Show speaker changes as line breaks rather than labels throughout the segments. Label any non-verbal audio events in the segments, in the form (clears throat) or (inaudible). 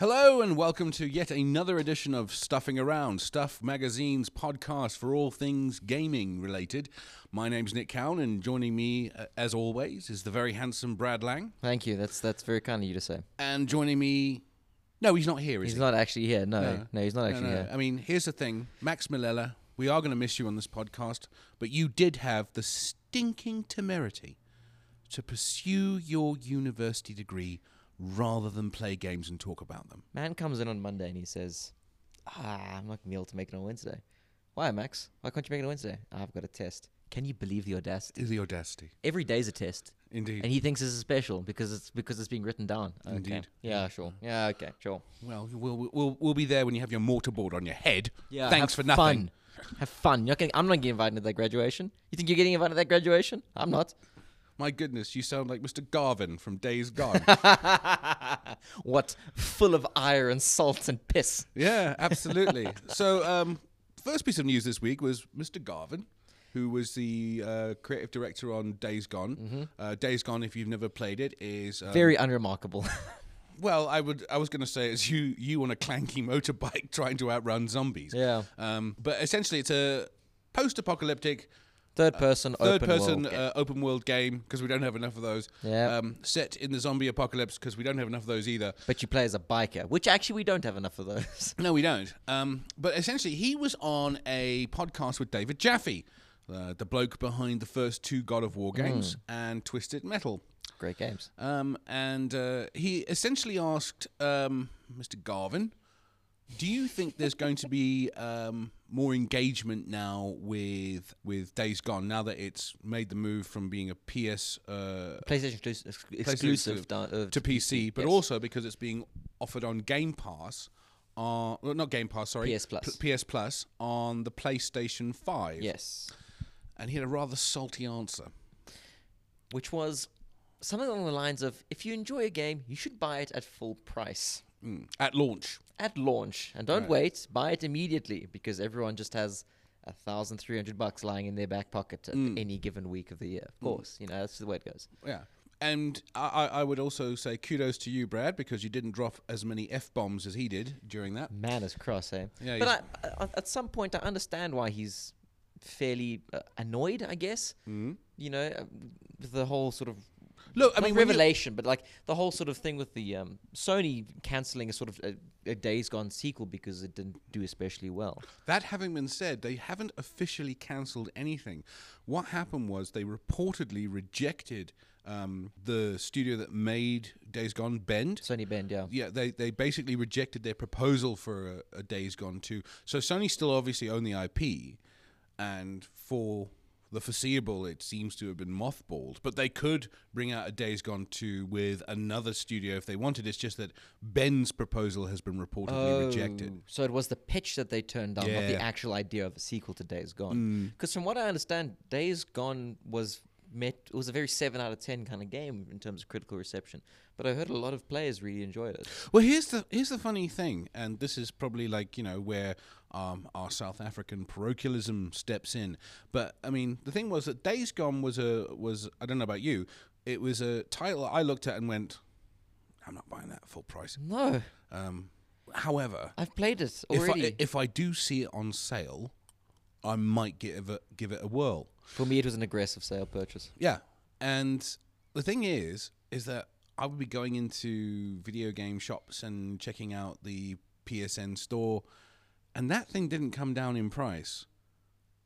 and welcome to yet another edition of Stuffing Around, Stuff Magazine's podcast for all things gaming related. My name's Nick Cowan, and joining me, uh, as always, is the very handsome Brad Lang.
Thank you. That's that's very kind of you to say.
And joining me, no, he's not here, is
He's
he?
not actually here. No, no, he's not
No,
actually
no.
here.
I mean, here's the thing Max Millela, we are going to miss you on this podcast, but you did have the stinking temerity to pursue your university degree rather than play games and talk about them.
Man comes in on Monday and he says, "Ah, I'm not gonna be able to make it on Wednesday." Why, Max? Why can't you make it on Wednesday? I've got a test. Can you believe the audacity?
Is the audacity.
Every day's a test,
Indeed.
and he thinks this is special because it's because it's being written down. Okay.
Indeed.
Yeah. Sure. Yeah. Okay. Sure.
Well, we'll we'll we'll be there when you have your mortarboard on your head.
Yeah.
Thanks for
have
nothing.
Fun. Have fun. You're not getting, I'm not getting invited to that graduation. You think you're getting invited to that graduation? I'm not. (laughs)
My goodness, you sound like Mr. Garvin from Days Gone.
what? Full of ire and salt and piss.
yeah, absolutely. so, um, first piece of news this week was Mr. Garvin, who was the uh, creative director on Days Gone. Uh, Days Gone, if you've never played it, is um,
Mm-hmm. Very unremarkable. (laughs)
well. I would I was going to say it's you you on a clanky (laughs) motorbike trying to outrun zombies.
Yeah.
Um, but essentially, it's a post-apocalyptic
Third person,
third
open
person
world.
uh, open world game because we don't have enough of those.
Yeah.
Um, set in the zombie apocalypse because we don't have enough of those either.
but you play as a biker, which actually we don't have enough of those. (laughs)
No, we don't. Um, but essentially, he was on a podcast with David Jaffe, uh, the bloke behind the first two God of War games
Hmm.
and Twisted Metal.
Great games.
Um, and uh, he essentially asked um, Mr. Garvin, "Do you think there's going to be um, more engagement now with with Days Gone now that it's made the move from being a PS uh,
PlayStation exclus- ex-
exclusive
exclusive da- uh,
to PC, but
yes.
also because it's being offered on Game Pass, uh, well, not Game Pass, sorry,
PS Plus.
P- PS Plus on the PlayStation Five.
Yes.
and he had a rather salty answer.
Which was something along the lines of if you enjoy a game, you should buy it at full price
Mm. At launch,
at launch and don't wait, buy it immediately because everyone just has. A thousand three hundred bucks lying in their back pocket at
Mm.
any given week of the year. Of course, you know that's the way it goes.
yeah. And I, I I would also say kudos to you, Brad, because you didn't drop as many f bombs as he did during that.
Man is cross, eh?
Yeah,
but I, I, at some point, I understand why he's fairly uh, annoyed. I guess. Mm. You know, uh, with the whole sort of
Mm-hmm. Look, I
not
mean, when you-
revelation, but like the whole sort of thing with the um, Sony canceling a sort of a, a Days Gone sequel because it didn't do especially well.
That having been said, they haven't officially cancelled anything. What happened was they reportedly rejected um, the studio that made Days Gone, Bend.
Sony Bend, yeah.
yeah, they, they basically rejected their proposal for a, a Days Gone 2. So Sony still obviously own the IP, and for the foreseeable, it seems to have been mothballed. But they could bring out a Days Gone 2 with another studio if they wanted. It's just that Ben's proposal has been reportedly rejected.
Oh, So it was the pitch that they turned down, not
Yeah.
the actual idea of a sequel to Days Gone. Because from what I understand, Days Gone was met it was a very seven out of ten kind of game in terms of critical reception. But I heard a lot of players really enjoyed it.
Well, here's the here's the funny thing, and this is probably like you know where um, our South African parochialism steps in. But I mean, the thing was that Days Gone was a was I don't know about you, it was a title I looked at and went, I'm not buying that at full price.
No,
Um, however,
I've played it
if
already.
I, if I do see it on sale, I might give it give it a whirl.
For me, it was an aggressive sale purchase.
Yeah. And the thing is, is that I would be going into video game shops and checking out the PSN store, and that thing didn't come down in price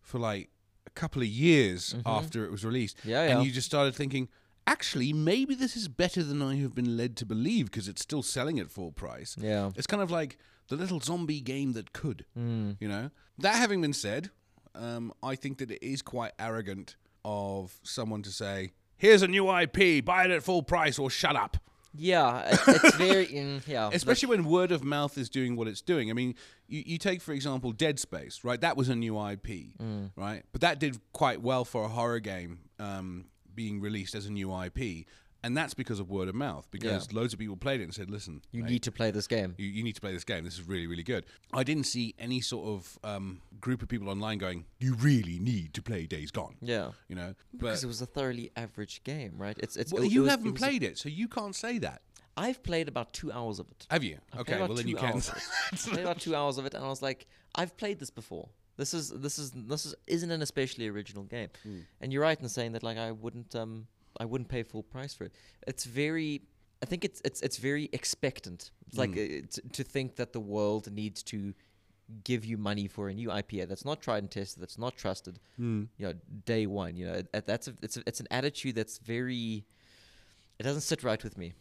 for like a couple of years after it was released.
Mm-hmm. Yeah,
And
yeah.
you just started thinking, actually, maybe this is better than I have been led to believe because it's still selling at full price.
Yeah.
It's kind of like the little zombie game that could, you know? That having been said, um, I think that it is quite arrogant of someone to say, here's a new IP, buy it at full price or shut up.
Yeah, it- it's very mm, yeah. the-
Especially when word of mouth is doing what it's doing. I mean, you, you take, for example, Dead Space, right? That was a new IP, right? But that did quite well for a horror game um, being released as a new IP. And that's because of word of mouth, because loads of people played it and said, listen,
you need to play this game.
you, you need to play this game. This is really, really good. I didn't see any sort of um, group of people online going, you really need to play Days Gone.
Yeah.
You know,
Because
but
it was a thoroughly average game, right? It's it's
well,
it- it
you
was-
haven't
it was a-
played it, so you can't say that.
I've played about two hours of it.
Have you?
I played
okay,
about
well then
two
you can.
hours.
(laughs)
played about two hours of it, and I was like, I've played this before. This is this is this is, isn't an especially original game.
Hmm.
And you're right in saying that like I wouldn't um I wouldn't pay full price for it. It's very I think it's it's it's very expectant. It's
Hmm.
like uh, t- to think that the world needs to give you money for a new IPA that's not tried and tested, that's not trusted.
Hmm.
You know, day one. You know, it- it- that's a, it's a, it's an attitude that's very. It doesn't sit right with me.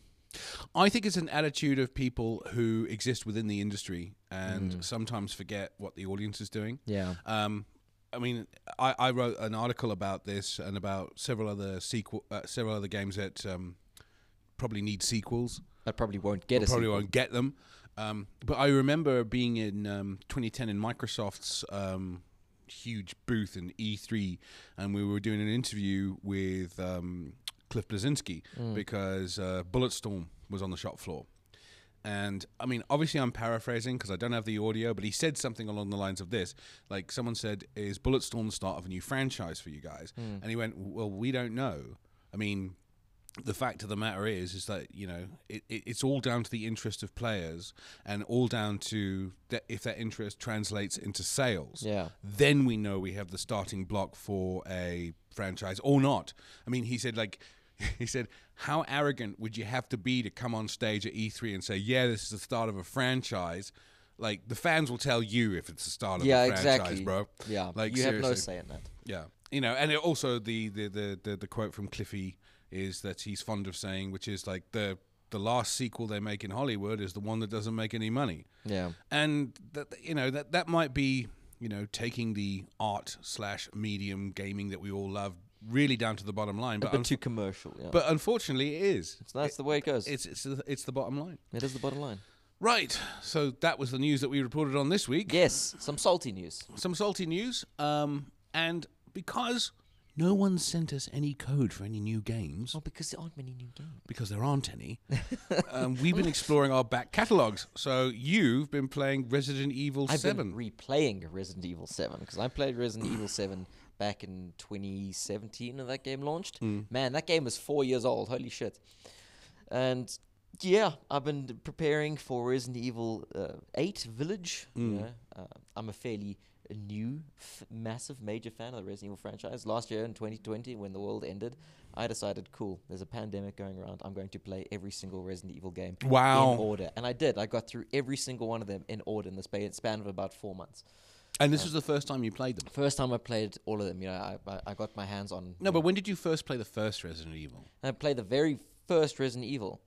I think it's an attitude of people who exist within the industry and
Mm.
sometimes forget what the audience is doing.
Yeah.
Um, I mean, I, I wrote an article about this and about several other sequel, uh, several other games that um, probably need sequels.
I probably won't get a
probably
sequel.
won't get them. Um, but I remember being in um, 2010 in Microsoft's um, huge booth in E3, and we were doing an interview with um, Cliff Blazinski
Mm.
because uh, Bulletstorm was on the shop floor. And I mean, obviously, I'm paraphrasing because I don't have the audio, but he said something along the lines of this. Like, someone said, Is Bulletstorm the start of a new franchise for you guys?
Mm.
And he went, Well, we don't know. I mean, the fact of the matter is is that you know it, it, it's all down to the interest of players and all down to that if that interest translates into sales
Yeah.
then we know we have the starting block for a franchise or not i mean he said like (laughs) he said how arrogant would you have to be to come on stage at e3 and say yeah this is the start of a franchise like the fans will tell you if it's the start of
Yeah,
a franchise
exactly.
bro
Yeah,
like
you have no
seriously.
say in that.
Yeah, you know, and it also the the, the the the quote from Cliffy is that he's fond of saying, which is like the the last sequel they make in Hollywood is the one that doesn't make any money,
Yeah,
and that you know that that might be you know taking the art slash medium gaming that we all love really down to the bottom line, but
but
un-
too commercial. Yeah,
but unfortunately it is.
so that's the way it goes.
It's it's the, it's the bottom line.
it is the bottom line.
Right. So that was the news that we reported on this week.
Yes, some salty news.
some salty news. Um, and because no one sent us any code for any new games,
Well, Oh, because there aren't many new games.
because there aren't
(laughs)
any, um, we've been exploring our back catalogs. So you've been playing Resident Evil
I've
7.
been replaying Resident Evil Seven because I played Resident (clears throat) Evil Seven back in 2017 when that game launched. Man, that game is four years old. Holy shit! And yeah, I've been d- preparing for Resident Evil uh, Eight Village. you know. Uh, I'm a fairly new, f- massive, major fan of the Resident Evil franchise. Last year in 2020, when the world ended, I decided, cool, there's a pandemic going around. I'm going to play every single Resident Evil game
Wow.
in order, and I did. I got through every single one of them in order in the span span of about four months.
and this was the first time you played them.
First time I played all of them, you know, I, I, I got my hands on.
No, but when did you first play the first Resident Evil?
I played the very first Resident Evil.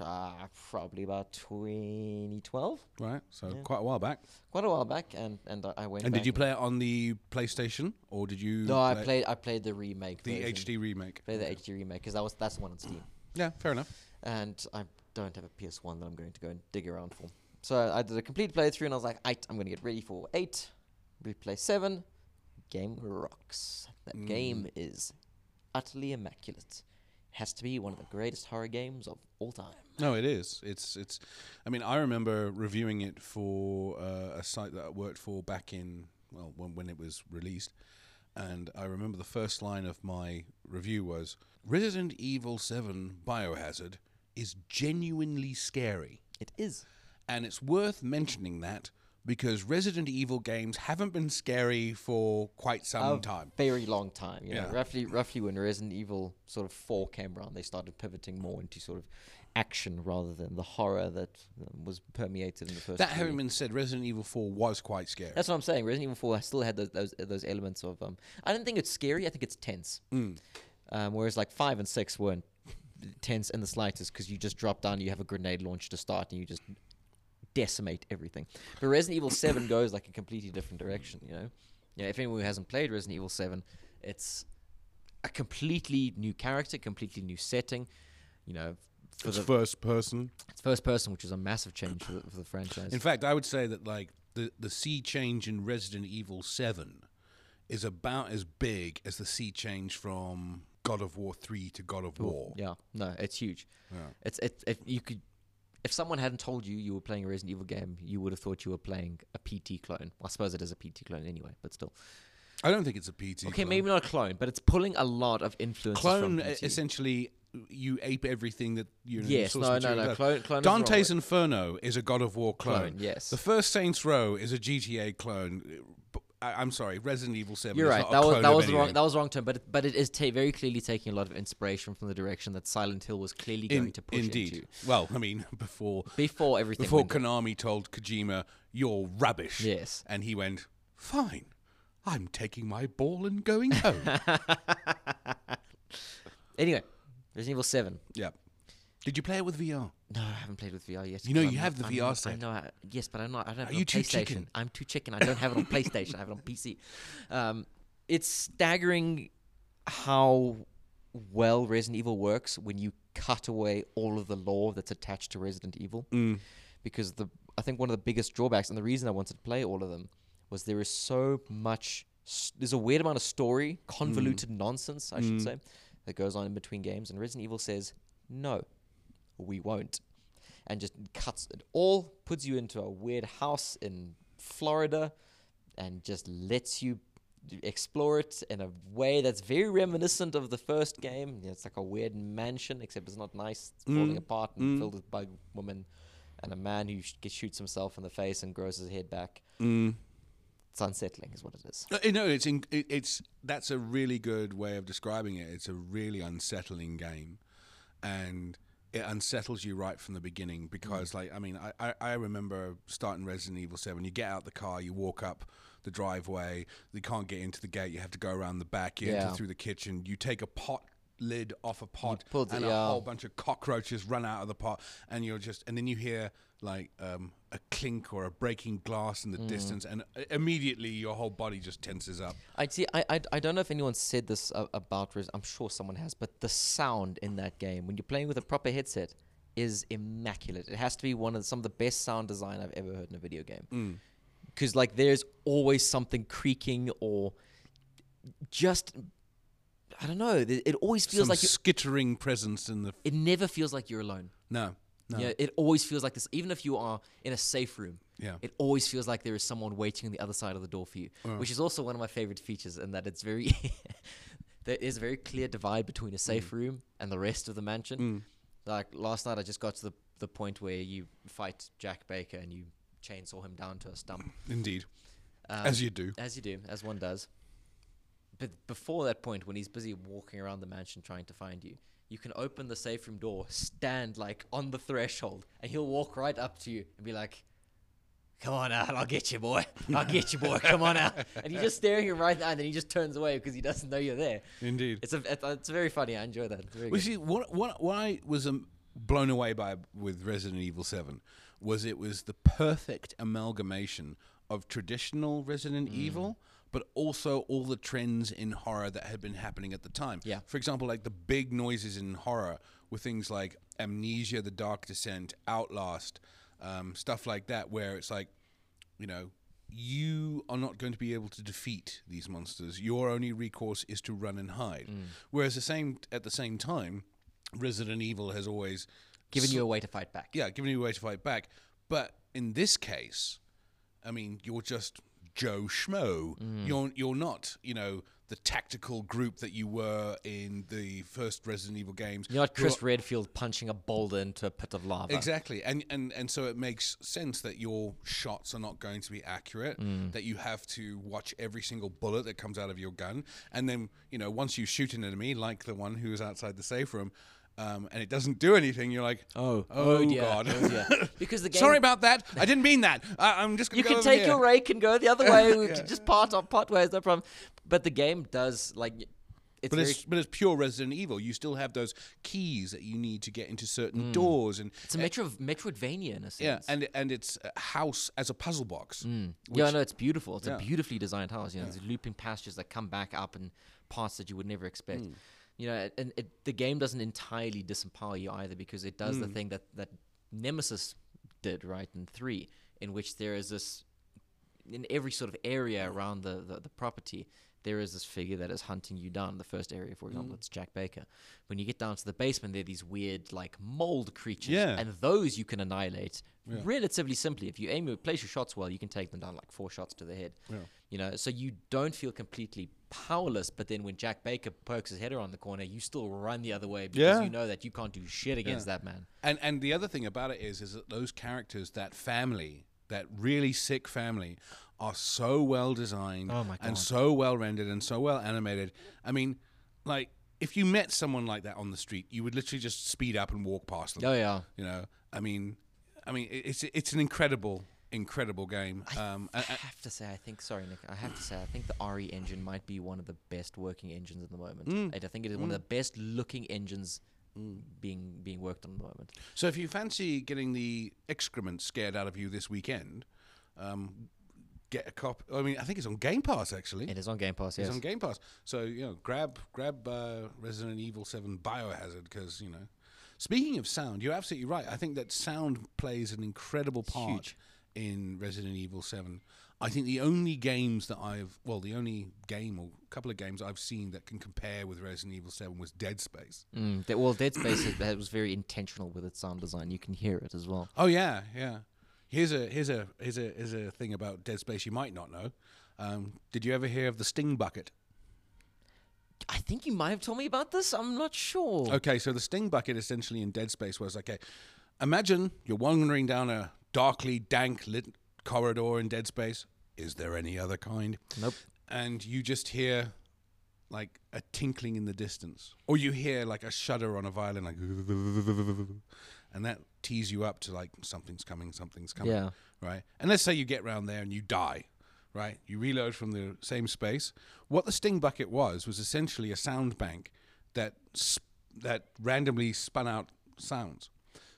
Ah, probably about 2012,
Right, so quite a while back.
quite a while back, and and I- I went.
And
back
did you play it on the PlayStation, or did you?
No, I
play
played. I played the remake.
the
version.
HD remake.
Played the HD remake because that was that's the one on Steam,
Yeah, fair enough.
and I don't have a PS One that I'm going to go and dig around for. So I did a complete playthrough, and I was like, eight. I'm going to get ready for eight. Replay seven. Game rocks. That
Mm.
game is utterly immaculate. Has to be one of the greatest horror games of all time.
No, it is. It's it's. I mean, I remember reviewing it for uh, a site that I worked for back in well when when it was released, and I remember the first line of my review was Resident Evil Seven Biohazard is genuinely scary,
It is.
and it's worth mentioning that because Resident Evil games haven't been scary for quite some
Oh,
time.
Very long time. You know,
Yeah.
roughly roughly when Resident Evil sort of four came around, they started pivoting more into sort of action rather than the horror that um, was permeated in the first.
That
three.
having been said, Resident Evil Four was quite scary.
That's what I'm saying. Resident Evil Four I still had those those, those elements of. Um, I don't think it's scary. I think it's tense. Um, whereas like five and six weren't tense in the slightest because you just drop down, you have a grenade launch to start, and you just decimate everything. But Resident Evil Seven (coughs) goes like a completely different direction. You know, yeah. If anyone who hasn't played Resident Evil Seven, it's a completely new character, completely new setting. You know, for
It's
the
first person.
it's first person, which is a massive change for the, for the franchise.
In fact, I would say that like the the sea change in Resident Evil Seven is about as big as the sea change from God of War Three to God of War.
Yeah, no, it's huge. It's it, if you could if someone hadn't told you you were playing a Resident Evil game, you would have thought you were playing a PT clone. Well, I suppose it is a PT clone anyway, but still.
I don't think it's a PT.
Okay,
clone.
maybe not a clone, but it's pulling a lot of influences
clone
from
e-
PT.
essentially you ape everything that you know,
Yes,
source
no, no,
material
no,
does.
clone- clone is the wrong
Dante's
word.
Inferno is a God of War clone.
Clone, yes.
The first Saints Row is a GTA clone. I, I'm sorry, Resident Evil Seven.
You're
is
right.
not a clone
That was that
of
was the wrong
anything.
that was the wrong term, but it, but it is ta- very clearly taking a lot of inspiration from the direction that Silent Hill was clearly
In-
going to push
indeed.
into
Well, I mean, (laughs) before
before everything.
before
went-
Konami told Kojima, "You're rubbish,"
Yes.
and he went, "Fine, I'm taking my ball and going home."
(laughs) anyway, Resident Evil Seven.
yeah. Did you play it with VR?
No, I haven't played with VR yet.
You know
'cause
you
I'm
have
not-
the
I'm
VR
not- I
set.
know. I, yes, but I'm not. I don't have it
you
on
too
PlayStation.
chicken?
I'm too chicken. I don't have it
(laughs)
on PlayStation. I have it on PC. Um, it's staggering how well Resident Evil works when you cut away all of the lore that's attached to Resident Evil.
Mm.
Because the I think one of the biggest drawbacks and the reason I wanted to play all of them was there is so much. s- There's a weird amount of story, convoluted
Mm.
nonsense, I should say, that goes on in between games. And Resident Evil says no we won't. And just cuts it all, puts you into a weird house in Florida, and just lets you d- explore it in a way that's very reminiscent of the first game. It's like a weird mansion, except it's not nice. It's falling apart and filled with bug woman and a man who sh- gets- shoots himself in the face and grows his head back. It's unsettling, is what it is.
Uh, No, it's in, it, it's that's a really good way of describing it. It's a really unsettling game, and it unsettles you right from the beginning because, like, I mean, I, I, I remember starting Resident Evil Seven. You get out the car, you walk up the driveway. You can't get into the gate. You have to go around the back. You
Yeah.
enter through the kitchen. You take a pot lid off a pot,
pull the-
and a
yeah.
whole bunch of cockroaches run out of the pot, and you're just, and then you hear like um, a clink or a breaking glass in the
Mm.
distance, and i- immediately your whole body just tenses up.
I see. I, I I don't know if anyone said this uh, about. Res- I'm sure someone has, but the sound in that game when you're playing with a proper headset is immaculate. It has to be one of the- some of the best sound design I've ever heard in a video
Mm.
game. Because like there's always something creaking or just I don't know. th- It always feels
Some
like you,
skittering presence in the
it never feels like you're alone.
no, no,
Yeah, it always feels like this. Even if you are in a safe room,
Yeah.
it always feels like there is someone waiting on the other side of the door for you, which is also one of my favorite features. In that it's very, (laughs) there is a very clear divide between a safe room and the rest of the mansion. Like last night, I just got to the the point where you fight Jack Baker and you chainsaw him down to a stump,
indeed,
Um,
as you do.
as you do, as one does. But before that point, when he's busy walking around the mansion trying to find you, you can open the safe room door, stand like on the threshold, and he'll walk right up to you and be like, Come on out, I'll get you, boy. I'll get you, boy. Come on out. And you're just staring him right in the eye, and then he just turns away because he doesn't know you're there.
Indeed.
It's a, it's it's very funny. I enjoy that. It's very
Well,
good.
see, what what what I was um, blown away by with Resident Evil Seven was it was the perfect amalgamation of traditional
Mm.
Resident Evil, but also all the trends in horror that had been happening at the time.
Yeah.
For example, like the big noises in horror were things like Amnesia, The Dark Descent, Outlast, um, stuff like that, where it's like, you know. You are not going to be able to defeat these monsters. Your only recourse is to run and hide. Whereas the same at the same time, Resident Evil has always
Giving you a way to fight back.
yeah, giving you a way to fight back. But in this case, I mean, you're just Joe Schmo. You're you're not, you know, the tactical group that you were in the first Resident Evil games.
You're not
who are-
Chris Redfield punching a boulder into a pit of lava.
Exactly, and and and so it makes sense that your shots are not going to be accurate.
Mm.
That you have to watch every single bullet that comes out of your gun, and then you know once you shoot an enemy, like the one who was outside the safe room, um, and it doesn't do anything, you're like,
Oh,
oh,
oh dear,
god, (laughs)
oh dear. Because the game-
Sorry about that. I didn't mean that. I, I'm just gonna.
you
go
can
over
take
here.
your rake and go
(laughs)
the other way. We can just part on part ways, no problem. But the game does like
But
it's very
it's,
it's,
but it's pure Resident Evil. You still have those keys that you need to get into certain doors, and
a Metro Metroidvania in a
yeah,
Mm. sense. Mm.
and and it's a house as a puzzle box.
yeah, no, it's beautiful. It's
Yeah.
a beautifully designed house. You know, there's looping passages that come back up and parts that you would never expect.
Mm.
You know, and it, the game doesn't entirely disempower you either because it does the
Mm.
thing that that Nemesis did right in three, in which there is this in every sort of area around the, the, the property, there is this figure that is hunting you down. The first area, for example,
Mm.
it's Jack Baker. When you get down to the basement, there are these weird, like, mold creatures.
Yeah.
And those you can annihilate relatively simply. If you aim your place your shots well, you can take them down like four shots to the head. You know, so you don't feel completely powerless. But then when Jack Baker pokes his head around the corner, you still run the other way because
Yeah.
you know that you can't do shit against that man.
And and the other thing about it is is that those characters, that family, that really sick family, are so well designed
Oh my
and
God.
so well rendered and so well animated. I mean, like if you met someone like that on the street, you would literally just speed up and walk past them.
Oh yeah.
You know, I mean, I mean, it- it's it's an incredible, incredible game. Um,
I
and- and-
have to say, I think. Sorry, Nick. I have to say, I think the RE engine might be one of the best working engines at the moment.
Mm.
And I think it is one of the best looking engines being being worked on at the moment.
so if you fancy getting the excrement scared out of you this weekend, um, get a cop. I mean, I think it's on Game Pass actually.
It is on Game Pass. Yes.
It's on Game Pass. So you know, grab grab uh, Resident Evil Seven Biohazard because you know. Speaking of sound, you're absolutely right. I think that sound plays an incredible part in Resident Evil Seven. I think the only games that I've well, the only game or couple of games I've seen that can compare with Resident Evil Seven was Dead Space.
Mm, that, well, Dead Space is- that was very intentional with its sound design. You can hear it as well.
Oh yeah, yeah. Here's a here's a here's a here's a thing about Dead Space you might not know. Um, did you ever hear of the Sting Bucket?
I think you might have told me about this. I'm not sure.
Okay, so the sting bucket essentially in Dead Space was okay. Imagine you're wandering down a darkly dank lit corridor in Dead Space. Is there any other kind?
Nope.
And you just hear like a tinkling in the distance, or you hear like a shudder on a violin, like, (laughs) and that tees you up to like something's coming, something's coming
Yeah.
right? And let's say you get round there and you die, right? You reload from the same space. What the sting bucket was was essentially a sound bank that sp- that randomly spun out sounds.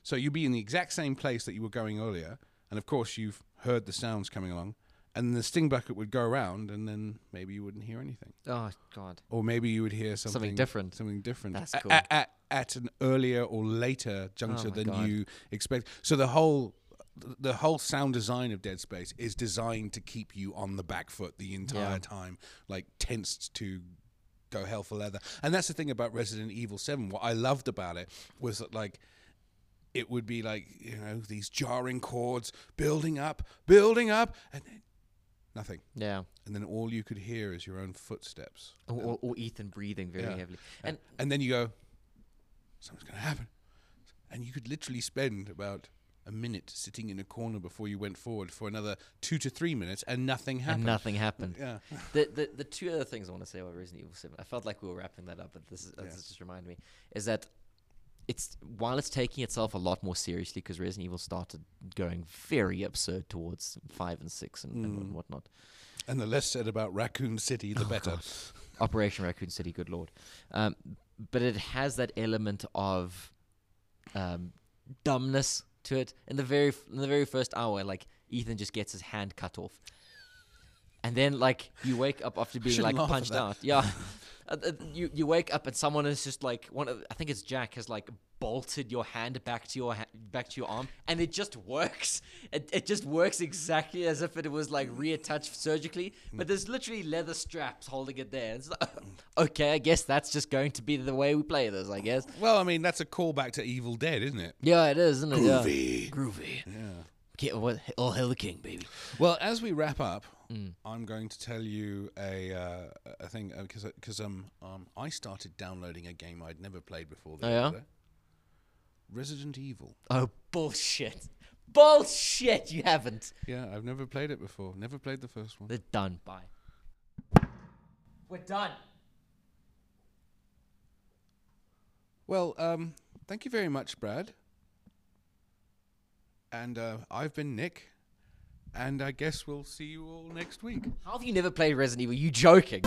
So you'd be in the exact same place that you were going earlier, and of course you've heard the sounds coming along, and the sting bucket would go around, and then maybe you wouldn't hear anything,
Oh God.
or maybe you would hear something,
different.
something different.
That's
a-
cool.
At, at, at an earlier or later juncture
Oh my
than
God.
you expect. So the whole the whole sound design of Dead Space is designed to keep you on the back foot the entire
Yeah.
time, like tensed to go hell for leather. And that's the thing about Resident Evil Seven. What I loved about it was that like it would be like you know these jarring chords building up, building up, and then nothing,
Yeah.
and then all you could hear is your own footsteps.
Or, or, or Ethan breathing very
Yeah.
heavily.
And,
And
and then you go, something's going to happen. And you could literally spend about a minute sitting in a corner before you went forward for another two to three minutes and nothing
and
happened.
nothing
(laughs)
happened.
Yeah.
the, the the two other things I want to say about Resident Evil Seven, I felt like we were wrapping that up, but this is, this just reminded me is that it's while it's taking itself a lot more seriously because Resident Evil started going very absurd towards five and six and,
Mm.
and whatnot.
And the less said about Raccoon City, the better.
Operation Raccoon City, good lord. Um, but it has that element of um, dumbness to it. In the very in the very first hour, like Ethan just gets his hand cut off, and then like you wake up after being
shouldn't
like
laugh at
punched
that.
out. Yeah, (laughs) Uh, uh, you you wake up and someone is just like one. Of, I think it's Jack has like bolted your hand back to your ha- back to your arm, and it just works. It it just works exactly as if it was like reattached surgically. But there's literally leather straps holding it there. It's like, (laughs) okay, I guess that's just going to be the way we play this. I guess.
well, I mean, that's a callback to Evil Dead, isn't it?
Yeah, it is, isn't it? Groovy. Groovy.
Yeah.
Get what? All hell the king, baby.
Well, as we wrap up, I'm going to tell you a uh, a thing because because um, um I started downloading a game I'd never played before. The
Oh, yeah?
other day. Resident Evil.
Oh, bullshit. Bullshit, you haven't.
Yeah, I've never played it before. Never played the first one.
They're done. Bye. We're done.
Well, um, thank you very much, Brad. And uh, I've been Nick. And I guess we'll see you all next week.
How have you never played Resident Evil? You joking?